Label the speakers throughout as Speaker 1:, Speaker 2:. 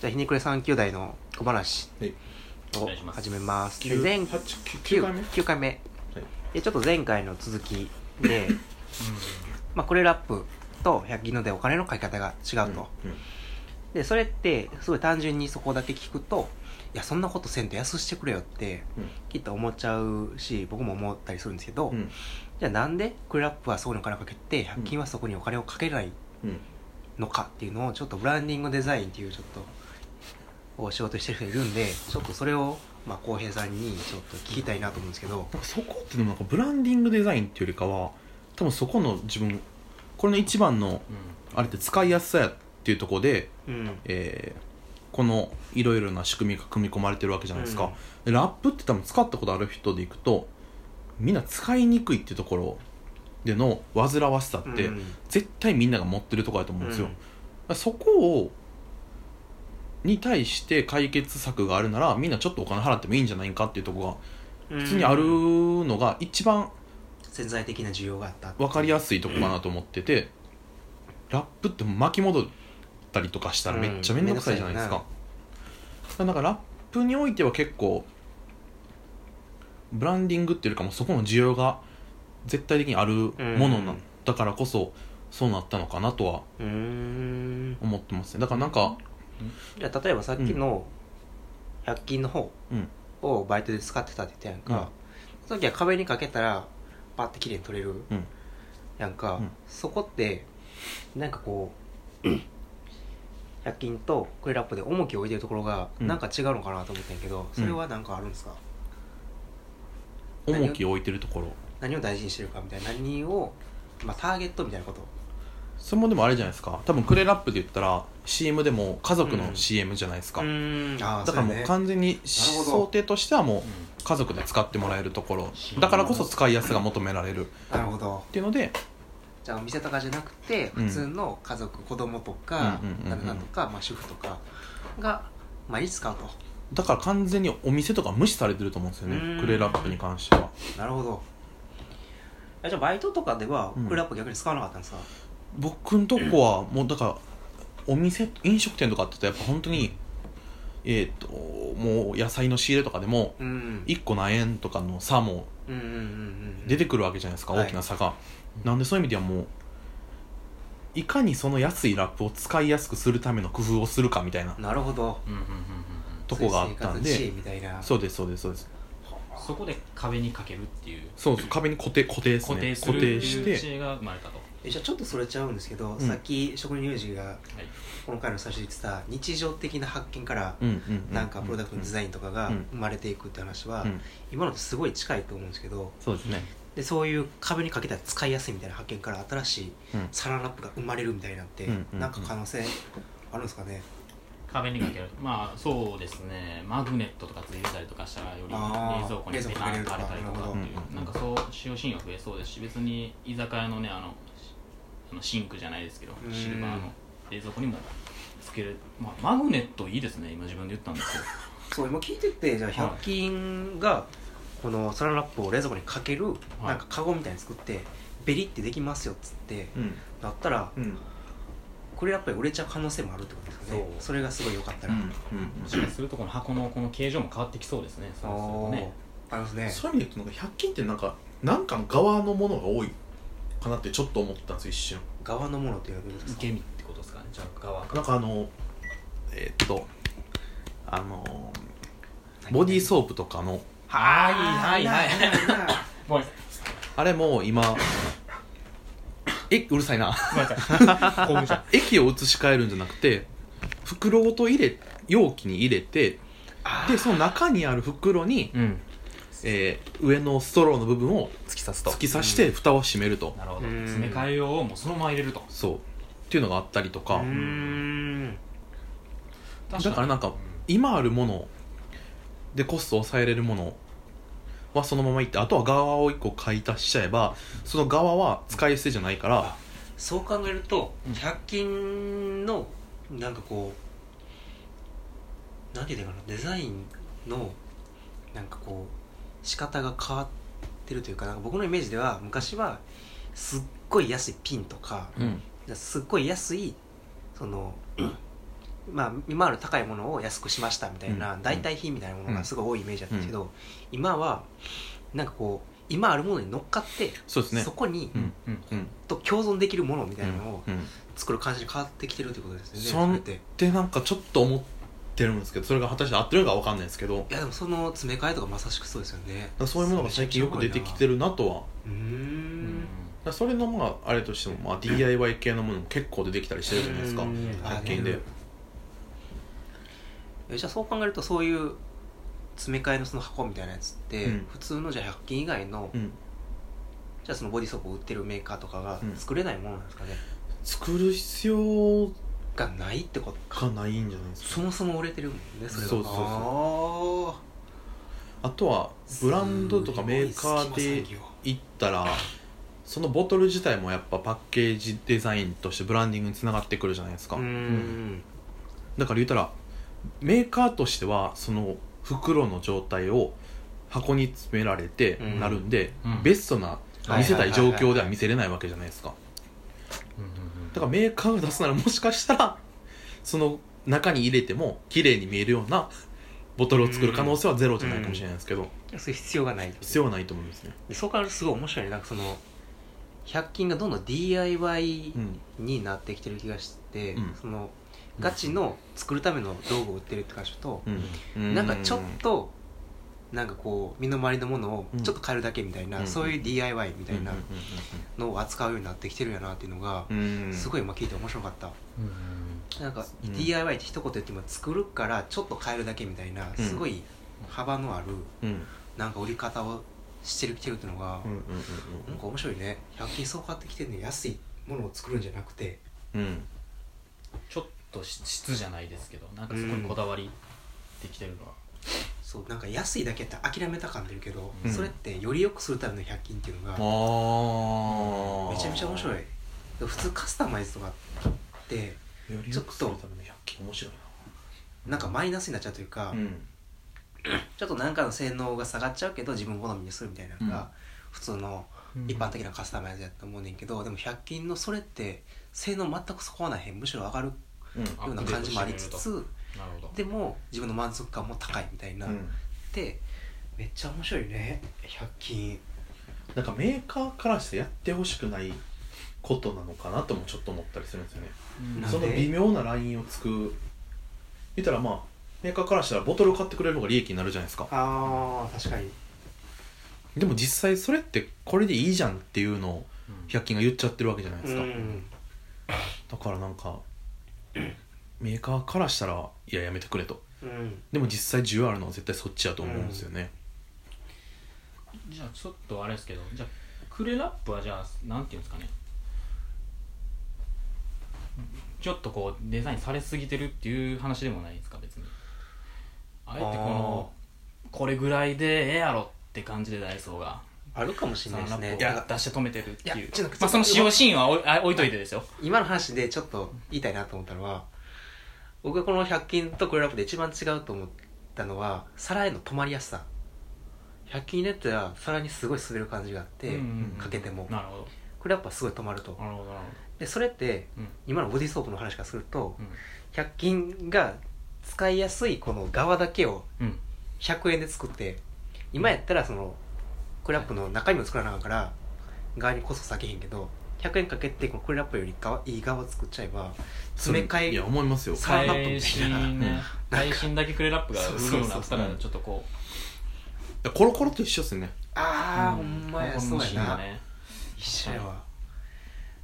Speaker 1: じゃあひねくれ3兄弟の小話
Speaker 2: はい
Speaker 1: を
Speaker 3: お願いします
Speaker 1: 始めますで
Speaker 2: 九
Speaker 1: 前
Speaker 2: 八九回目
Speaker 1: 9回目でちょっと前回の続き で、まあ、これラップと100均のでお金の買い方が違うと、
Speaker 2: うんうん
Speaker 1: でそれってすごい単純にそこだけ聞くといやそんなことせんと安してくれよって
Speaker 2: うん
Speaker 1: きっと思っちゃうし僕も思ったりするんですけど、
Speaker 2: うん
Speaker 1: じゃあなんでクレラップはそこにお金をかけて100均はそこにお金をかけない
Speaker 2: うん
Speaker 1: のかっていうのをちょっとブランディングデザインっていうちょっとお仕事してる人いるんでちょっとそれをまあ浩平さんにちょっと聞きたいなと思うんですけど
Speaker 2: なんかそこってでもなんかブランディングデザインっていうよりかは多分そこの自分これの一番のあれって使いやすさやっていうところで、
Speaker 1: うん
Speaker 2: えーこのいろいろな仕組みが組み込まれてるわけじゃないです
Speaker 1: うん
Speaker 2: か、でラップって多分使ったことある人でいくとみんな使いにくいっていうところでの煩わしさって、
Speaker 1: うん
Speaker 2: 絶対みんなが持ってるところだと思うんですよ、
Speaker 1: うん
Speaker 2: だからそこをに対して解決策があるならみんなちょっとお金払ってもいいんじゃないかっていうところが
Speaker 1: 普
Speaker 2: 普通にあるのが一番
Speaker 1: 潜在的な需要があった
Speaker 2: 分かりやすいとこかなと思ってて、ラップって巻き戻ったりとかしたらめっちゃ面倒くさいじゃないですか、だからラップにおいては結構ブランディングっていうよりかもうそこの需要が絶対的にあるものな、
Speaker 1: うん
Speaker 2: だからこそそうなったのかなとは
Speaker 1: うーん
Speaker 2: 思ってますねだからなんか
Speaker 1: じゃあ例えばさっきの100均の方
Speaker 2: うん
Speaker 1: をバイトで使ってたって言ったやんか、その時は壁にかけたらパッて綺麗に取れる
Speaker 2: うん
Speaker 1: やんか、
Speaker 2: うん
Speaker 1: そこってなんかこう100均とクレラップで重きを置いてるところが
Speaker 2: うん
Speaker 1: なんか違うのかなと思ったんやけど、それはなんかあるんですか
Speaker 2: 重きを置いてるところ
Speaker 1: 何を大事にしてるかみたいな何を、まあ、ターゲットみたいなこと
Speaker 2: それもでもあれじゃないですか多分クレラップで言ったら CM でも家族
Speaker 1: う
Speaker 2: の
Speaker 1: ん
Speaker 2: CM じゃないですか、
Speaker 1: んあー
Speaker 2: だからも
Speaker 1: そうやね
Speaker 2: 完全にし、
Speaker 1: なるほど
Speaker 2: 想定としてはもう家族で使ってもらえるところ
Speaker 3: うん
Speaker 2: だからこそ使いやすさが求められるっ
Speaker 1: なるほど
Speaker 2: ていうので
Speaker 1: じゃあお店とかじゃなくて
Speaker 2: うん
Speaker 1: 普通の家族、子供とか
Speaker 2: うんうんうんうん
Speaker 1: 旦那とか、まあ、主婦とかが毎日使うと
Speaker 2: だから完全にお店とか無視されてると思うんです
Speaker 1: う
Speaker 2: よ
Speaker 1: ん
Speaker 2: ねクレラップに関しては
Speaker 1: なるほどえじゃあバイトとかでは
Speaker 2: うん
Speaker 1: クレラップ逆に使わなかったんですか、
Speaker 2: 僕んとこはもうだからお店飲食店とかって言ったらやっぱ本当にえっ、ともう野菜の仕入れとかでも
Speaker 1: うん
Speaker 2: 1個何円とかの差も
Speaker 1: うんうんうんうん
Speaker 2: 出てくるわけじゃないですか、
Speaker 1: はい
Speaker 2: 大きな差がなんでそういう意味ではもういかにその安いラップを使いやすくするための工夫をするかみたいな
Speaker 1: なるほど
Speaker 2: とこがあったん
Speaker 1: そういう生活知恵
Speaker 2: で
Speaker 1: みたいな
Speaker 2: そうですそうですそうです
Speaker 3: そこで壁にかけるっていう
Speaker 2: そうそう壁に固定固定ですね
Speaker 3: 固定する
Speaker 2: 固
Speaker 3: って
Speaker 2: 定し
Speaker 3: いう知
Speaker 2: て
Speaker 3: 恵が生まれたと、は
Speaker 1: えじゃあちょっとそれちゃうんですけど、
Speaker 2: うん
Speaker 1: さっき職人乳児が
Speaker 3: い、
Speaker 1: この回の最初に言ってた日常的な発見から
Speaker 2: うんうんう
Speaker 1: なんかプロダクトのデザ
Speaker 2: イン
Speaker 1: インとかが
Speaker 2: うん
Speaker 1: 生まれていくって話は、
Speaker 2: うん
Speaker 1: 今のとすごい近いと思うんですけど
Speaker 2: そうですね
Speaker 1: でそういう壁にかけたら使いやすいみたいな発見から新しい
Speaker 2: うん
Speaker 1: サランラップが生まれるみたいなんて、
Speaker 2: うんうんうん
Speaker 1: なんか可能性あるんですかね
Speaker 3: 壁にかけるまあそうですねマグネットとかついてたりとかしたらより冷
Speaker 1: あー
Speaker 3: 蔵庫にペタンと貼れたりとか
Speaker 2: 冷蔵庫に入れるとかなる
Speaker 3: って
Speaker 2: ほ
Speaker 3: い
Speaker 2: ど
Speaker 3: うなんかそう使用頻度が増えそうですし別に居酒屋のねあのしあのシンクじゃないですけど
Speaker 1: うん
Speaker 3: シルバーの冷蔵庫にもつける、まあ、マグネットいいですね今自分で言ったんですけど
Speaker 1: そう今聞いててじゃあ
Speaker 3: はい
Speaker 1: 100均がこのサランラップを冷蔵庫にかける
Speaker 3: い
Speaker 1: なんかカゴみたいに作ってベリってできますよっつって
Speaker 2: うん
Speaker 1: なったら
Speaker 2: うん
Speaker 1: これやっぱり売れちゃう可能性もあるってことですよね
Speaker 3: そう
Speaker 1: それがすごい良かった
Speaker 2: う
Speaker 1: ら、
Speaker 2: ん
Speaker 3: もしかするとこの箱のこの形状も変わってきそうですねそうすると
Speaker 1: おー
Speaker 3: ね
Speaker 1: ありますね
Speaker 2: そういう意味で言うとなんか100均ってなんかなんかの側のものが多いかなってちょっと思ったんですよ一瞬
Speaker 1: 側のものというわけですか
Speaker 3: 受け身ってことですかねじゃあ側
Speaker 2: なんかあのえーっとあのボディーソープとかの
Speaker 3: はいはいはい
Speaker 1: い
Speaker 3: ごめんなさい
Speaker 2: あれも今えうるさいな
Speaker 3: ごめんなさい興奮した
Speaker 2: 液を移し替えるんじゃなくて袋ごと入れ容器に入れてでその中にある袋に、
Speaker 3: うん
Speaker 2: えー上のストローの部分を
Speaker 3: 突き刺す
Speaker 2: 突き刺して蓋を閉めると、
Speaker 3: なるほ
Speaker 1: う
Speaker 3: ど
Speaker 1: ん
Speaker 3: 詰め替え用をもうそのまま入れると
Speaker 2: そうっていうのがあったりと
Speaker 1: う
Speaker 2: か
Speaker 1: ーん
Speaker 2: だからなんか今あるものでコストを抑えれるものはそのままいってあとは側を1個買い足しちゃえばその側は使い捨てじゃないから
Speaker 1: そう考えると
Speaker 3: うん
Speaker 1: 100均のなんかこうなんて言うのかなデザインのなんかこう仕方が変わってるというかなんか僕のイメージでは昔はすっごい安いピンとか
Speaker 2: うん
Speaker 1: すっごい安いその まあ、今ある高いものを安くしましたみたいな、
Speaker 2: うん
Speaker 1: 代替品みたいなものがすごい多いイメージだったけど、今はなんかこう今あるものに乗っかって
Speaker 2: そうですね
Speaker 1: そこに、
Speaker 2: うん
Speaker 3: うん
Speaker 2: うん
Speaker 1: と共存できるものみたいなのを
Speaker 2: うん
Speaker 1: 作る感じに変わってきてるってことですよね、
Speaker 2: そん
Speaker 1: それってい
Speaker 2: でなんかちょっと思ってるんですけどそれが果たして合ってるかわかんないですけどだか
Speaker 1: やでもその詰め替えとかまさしくそうですよね
Speaker 2: らそういうものが最近よく出てきて
Speaker 1: る
Speaker 2: るなとはだか
Speaker 1: うー
Speaker 3: うんん
Speaker 2: らそれのまああれとしても、まあ、DIY 系のものも結構出てきたりしてるじゃないですか
Speaker 1: うん
Speaker 2: 100均で
Speaker 1: えじゃあそう考えるとそういう詰め替えのその箱みたいなやつって、
Speaker 2: うん
Speaker 1: 普通のじゃあ100均以外の、
Speaker 2: うん
Speaker 1: じゃあそのボディソープを売ってるメーカーとかが
Speaker 2: うん
Speaker 1: 作れないものなんですかね、
Speaker 2: 作る必要
Speaker 1: がないってことか
Speaker 2: がないんじゃないです
Speaker 1: そ
Speaker 2: か
Speaker 1: もそも売れてるもんねそれが
Speaker 2: そうそうそう
Speaker 1: あ
Speaker 2: あとは
Speaker 1: ー
Speaker 2: ブランドとかメーカーで行ったらそのボトル自体もやっぱパッケージデザインとしてブランディングにつながってくるじゃないですか、
Speaker 1: うーん
Speaker 2: だから言ったらメーカーとしてはその袋の状態を箱に詰められて
Speaker 1: うん
Speaker 2: なるんで、
Speaker 3: うん
Speaker 2: ベストな見せたい状況では見せれないわけじゃないですかだからメーカーが出すならもしかしたらその中に入れても綺麗に見えるようなボトルを作る可能性はゼロじゃないかもしれないですけど、
Speaker 1: そういう必要がない
Speaker 2: 必要はないと思うんですね、
Speaker 1: でそう考えるとすごい面白いねなんかその100均がどんどん DIY
Speaker 2: うん、
Speaker 1: になってきてる気がして、
Speaker 2: うん
Speaker 1: そのガチの作るための道具を売ってるって感じと、
Speaker 2: うん
Speaker 1: なんかちょっとなんかこう身の回りのもの
Speaker 2: う
Speaker 1: を
Speaker 2: ん
Speaker 1: ちょっと変えるだけみたいな、
Speaker 2: うん
Speaker 1: そういう DIY みたいな
Speaker 2: うん
Speaker 1: のを扱うようになってきてるんやなっていうのが、
Speaker 2: うんうんうん
Speaker 1: すごい今聞いて面白かったなんか
Speaker 2: うん
Speaker 1: DIY って一言言っても作るからちょっと変えるだけみたいな
Speaker 2: うん
Speaker 1: すごい幅のある
Speaker 2: うん
Speaker 1: なんか売り方をしてるきてるっていうのが、
Speaker 2: うんうん
Speaker 1: なんか面白いね100均そう買ってきてるの安いものを作るんじゃなくて
Speaker 2: うんうん
Speaker 3: ちょっとし質じゃないですけどなんかそこにこだわりできてるのは
Speaker 1: そうなんか安いだけって諦めた感出るけど、
Speaker 2: うん
Speaker 1: それってより良くするための100均っていうのが、
Speaker 2: ああ
Speaker 1: めちゃめちゃ面白い
Speaker 2: よ
Speaker 1: 普通カスタマイズとかって
Speaker 2: り良くするための100均面白い
Speaker 1: なんかマイナスになっちゃうというか、
Speaker 2: なうん
Speaker 1: ちょっと何かの性能が下がっちゃうけど自分好みにするみたいなの
Speaker 2: うん
Speaker 1: が普通の一般的なカスタマイズやと思うねんけど、でも100均のそれって性能全くそこはないへんむしろ上がるよ
Speaker 2: うん
Speaker 3: あ
Speaker 1: うな感じもありつつ
Speaker 3: なるほど
Speaker 1: でも自分の満足感も高いみたいな、
Speaker 2: うん
Speaker 1: でめっちゃ面白いね100均
Speaker 2: なんかメーカーからしてやってほしくないことなのかなともちょっと思ったりするんですよね
Speaker 3: うん
Speaker 1: なんで
Speaker 2: その微妙なラインをつく言ったらまあメーカーからしたらボトルを買ってくれる方が利益になるじゃないですか
Speaker 1: あー確かに
Speaker 2: でも実際それってこれでいいじゃんっていうのを
Speaker 3: うん
Speaker 2: 100均が言っちゃってるわけじゃないで
Speaker 1: う
Speaker 2: すか、
Speaker 1: ん
Speaker 2: だからなんか メーカーからしたらいややめてくれと
Speaker 1: うん
Speaker 2: でも実際需要あるのは絶対そっちやと思うんですよね、
Speaker 3: じゃあちょっとあれですけどじゃあクレラップはじゃあなんていうんですかねちょっとこうデザインされすぎてるっていう話でもないんですか別にあえてこのこれぐらいでええやろって感じでダイソーが
Speaker 1: あるかもしれ
Speaker 3: そ
Speaker 1: ない
Speaker 3: の
Speaker 1: です
Speaker 3: ラ
Speaker 1: ね
Speaker 3: ップを出して止めてるって
Speaker 1: い
Speaker 3: い
Speaker 1: や
Speaker 3: う
Speaker 1: ちょっと
Speaker 3: まあその使用シーンはおいあ置いといてですよ
Speaker 1: 今の話でちょっと言いたいなと思ったのは僕がこの100均とクレラップで一番違うと思ったのは皿への止まりやすさ100均のやつは皿にすごい滑る感じがあって、
Speaker 3: うん
Speaker 1: かけても
Speaker 3: なるほ
Speaker 1: クレラップはすごい止まると
Speaker 3: どなるほどなる
Speaker 1: でそれって
Speaker 3: ほど
Speaker 1: 今のボディーソープの話からすると
Speaker 3: うん
Speaker 1: 100均が使いやすいこの側だけを
Speaker 3: うんうん
Speaker 1: 100円で作って今やったらそのクレラップの中身も作らなあかんから側にこそ避けへんけど100円かけてこのクレラップより側いい側を作っちゃえば詰め
Speaker 2: それ
Speaker 1: 替え
Speaker 2: いや思いますよ
Speaker 1: さサランラップ
Speaker 3: 最
Speaker 1: みたいな
Speaker 3: 新ね
Speaker 2: う
Speaker 3: 最新だけクレラップが売るよ
Speaker 2: そう
Speaker 3: うになった
Speaker 2: そうそうそ
Speaker 3: ら
Speaker 2: う
Speaker 3: ちょっとこう
Speaker 2: コロコロと一緒ですよね
Speaker 1: ああ、ほんまや
Speaker 3: この
Speaker 1: そう
Speaker 3: シ
Speaker 1: や
Speaker 3: ーンが
Speaker 1: な、
Speaker 3: ね
Speaker 1: 一緒やわ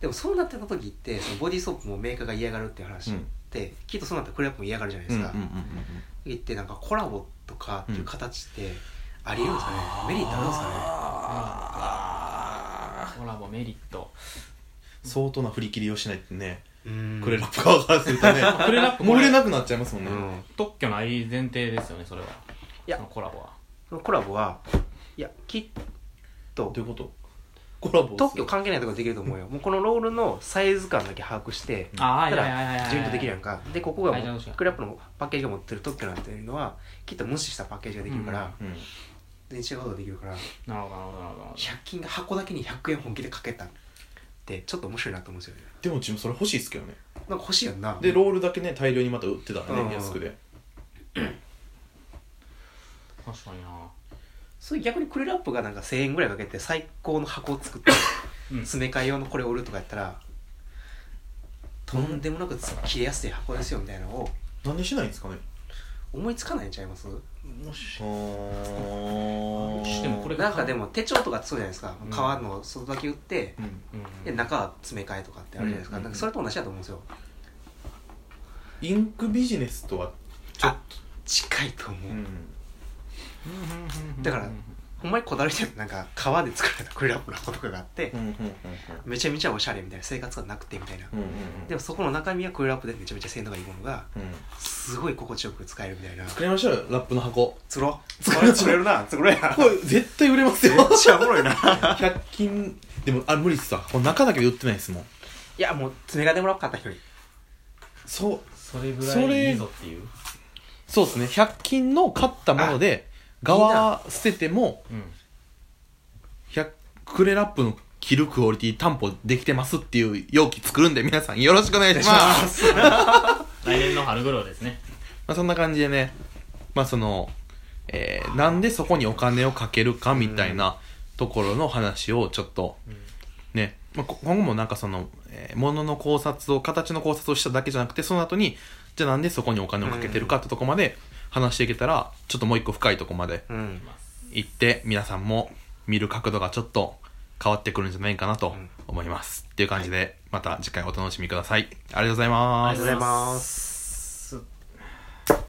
Speaker 1: でもそうなってた時ってそのボディーソープもメーカーが嫌がるっていう話って、きっとそうなったらクレラップも嫌がるじゃないですか、時ってなんかコラボとかっていう形ってありえるんですかね、メリットあるんですかね
Speaker 2: あ
Speaker 3: コラボメリット
Speaker 2: ー相当な振り切りをしないとね
Speaker 1: うん
Speaker 2: クレラップ側からするとね
Speaker 3: クレラップ
Speaker 2: もう売れなくなっちゃいますもん
Speaker 1: う
Speaker 2: ね
Speaker 1: ん
Speaker 3: 特許ない前提ですよねそれはい
Speaker 1: や
Speaker 3: そのコラボは
Speaker 1: そのコラボはいやきっと
Speaker 2: どういうことコラボを
Speaker 1: 特
Speaker 2: する
Speaker 1: 許関係ないとこできると思うよもうこのロールのサイズ感だけ把握して
Speaker 3: ああ
Speaker 1: た
Speaker 3: い
Speaker 1: だ
Speaker 3: やいやいやいや
Speaker 1: 自分とできるやんかでここが
Speaker 3: はい
Speaker 1: も
Speaker 3: じゃあ
Speaker 1: う
Speaker 3: どうしよう
Speaker 1: クレラップのパッケージが持ってる特許なんていうのはきっと無視したパッケージができるから、
Speaker 2: うん
Speaker 1: 全然違うことができるから
Speaker 3: なるほどなるほどなるほど
Speaker 1: 100均が箱だけに100円本気でかけたってちょっと面白いなと思うんですよね
Speaker 2: でも自分それ欲しいっすけどね
Speaker 1: なんか欲しいやんな
Speaker 2: でロールだけね大量にまた売ってたら
Speaker 1: うん
Speaker 2: ね安くで
Speaker 3: 確かにな
Speaker 1: それ逆にクレラップがなんか1000円ぐらいかけて最高の箱を作って
Speaker 3: うん
Speaker 1: 詰め替え用のこれを売るとかやったらとんでもなく切れやすい箱ですよみたいなのを
Speaker 2: なんでしないんですかね
Speaker 1: 思いつかないんちゃいます
Speaker 3: もし
Speaker 2: あー
Speaker 3: でもこれ
Speaker 1: なんかでも手帳とかそうじゃないですか
Speaker 3: うん
Speaker 1: 革の外だけ売って
Speaker 2: うん
Speaker 3: うん
Speaker 1: で中は詰め替えとかってあるじゃないですか
Speaker 2: うん
Speaker 1: なんかそれと同じだと思うんですよ
Speaker 2: インクビジネスとはちょっと
Speaker 1: 近いと思う、
Speaker 2: うん
Speaker 1: だからほんまにこだわりてるなんか革で作られたクレラップの箱とかがあって、
Speaker 2: うんうんうん
Speaker 1: めちゃめちゃおしゃれみたいな生活がなくてみたいな、
Speaker 2: うんうん
Speaker 1: でもそこの中身はクールアップでめちゃめちゃ性能がいいものが
Speaker 2: うんうん
Speaker 1: すごい心地よく使えるみたいな
Speaker 2: 作りましょうよラップの箱
Speaker 1: つろ作れ作れるな作れや
Speaker 2: これ絶対売れますよ
Speaker 1: めっちゃおもろいな
Speaker 2: 100均でもあ無理っすわこの中だけ売ってないですもん
Speaker 1: いやもう爪がでもらおうかった人 に
Speaker 2: そう
Speaker 3: それぐ
Speaker 2: そ
Speaker 3: らい
Speaker 2: れ
Speaker 3: いいぞっていう
Speaker 2: そうですね100均の買ったもので側捨てても
Speaker 3: うん
Speaker 2: 100クレラップの着るクオリティ担保できてますっていう容器作るんで皆さんよろしくお願いします
Speaker 1: す
Speaker 3: 来年の春頃ですね
Speaker 2: まあ、そんな感じでねまあその、えーなんでそこにお金をかけるかみたいなところの話をちょっとね、まあ、こ今後もなんかその、えー、ものの考察を形の考察をしただけじゃなくてその後にじゃあなんでそこにお金をかけてるかってとこまで話していけたらちょっともう一個深いとこまで
Speaker 1: うん
Speaker 2: 行って皆さんも見る角度がちょっと変わってくるんじゃないかなと思います、っていう感じでまた次回お楽しみくださいありがとうござい
Speaker 1: あ
Speaker 2: ま
Speaker 1: りがとう
Speaker 2: す
Speaker 1: ございます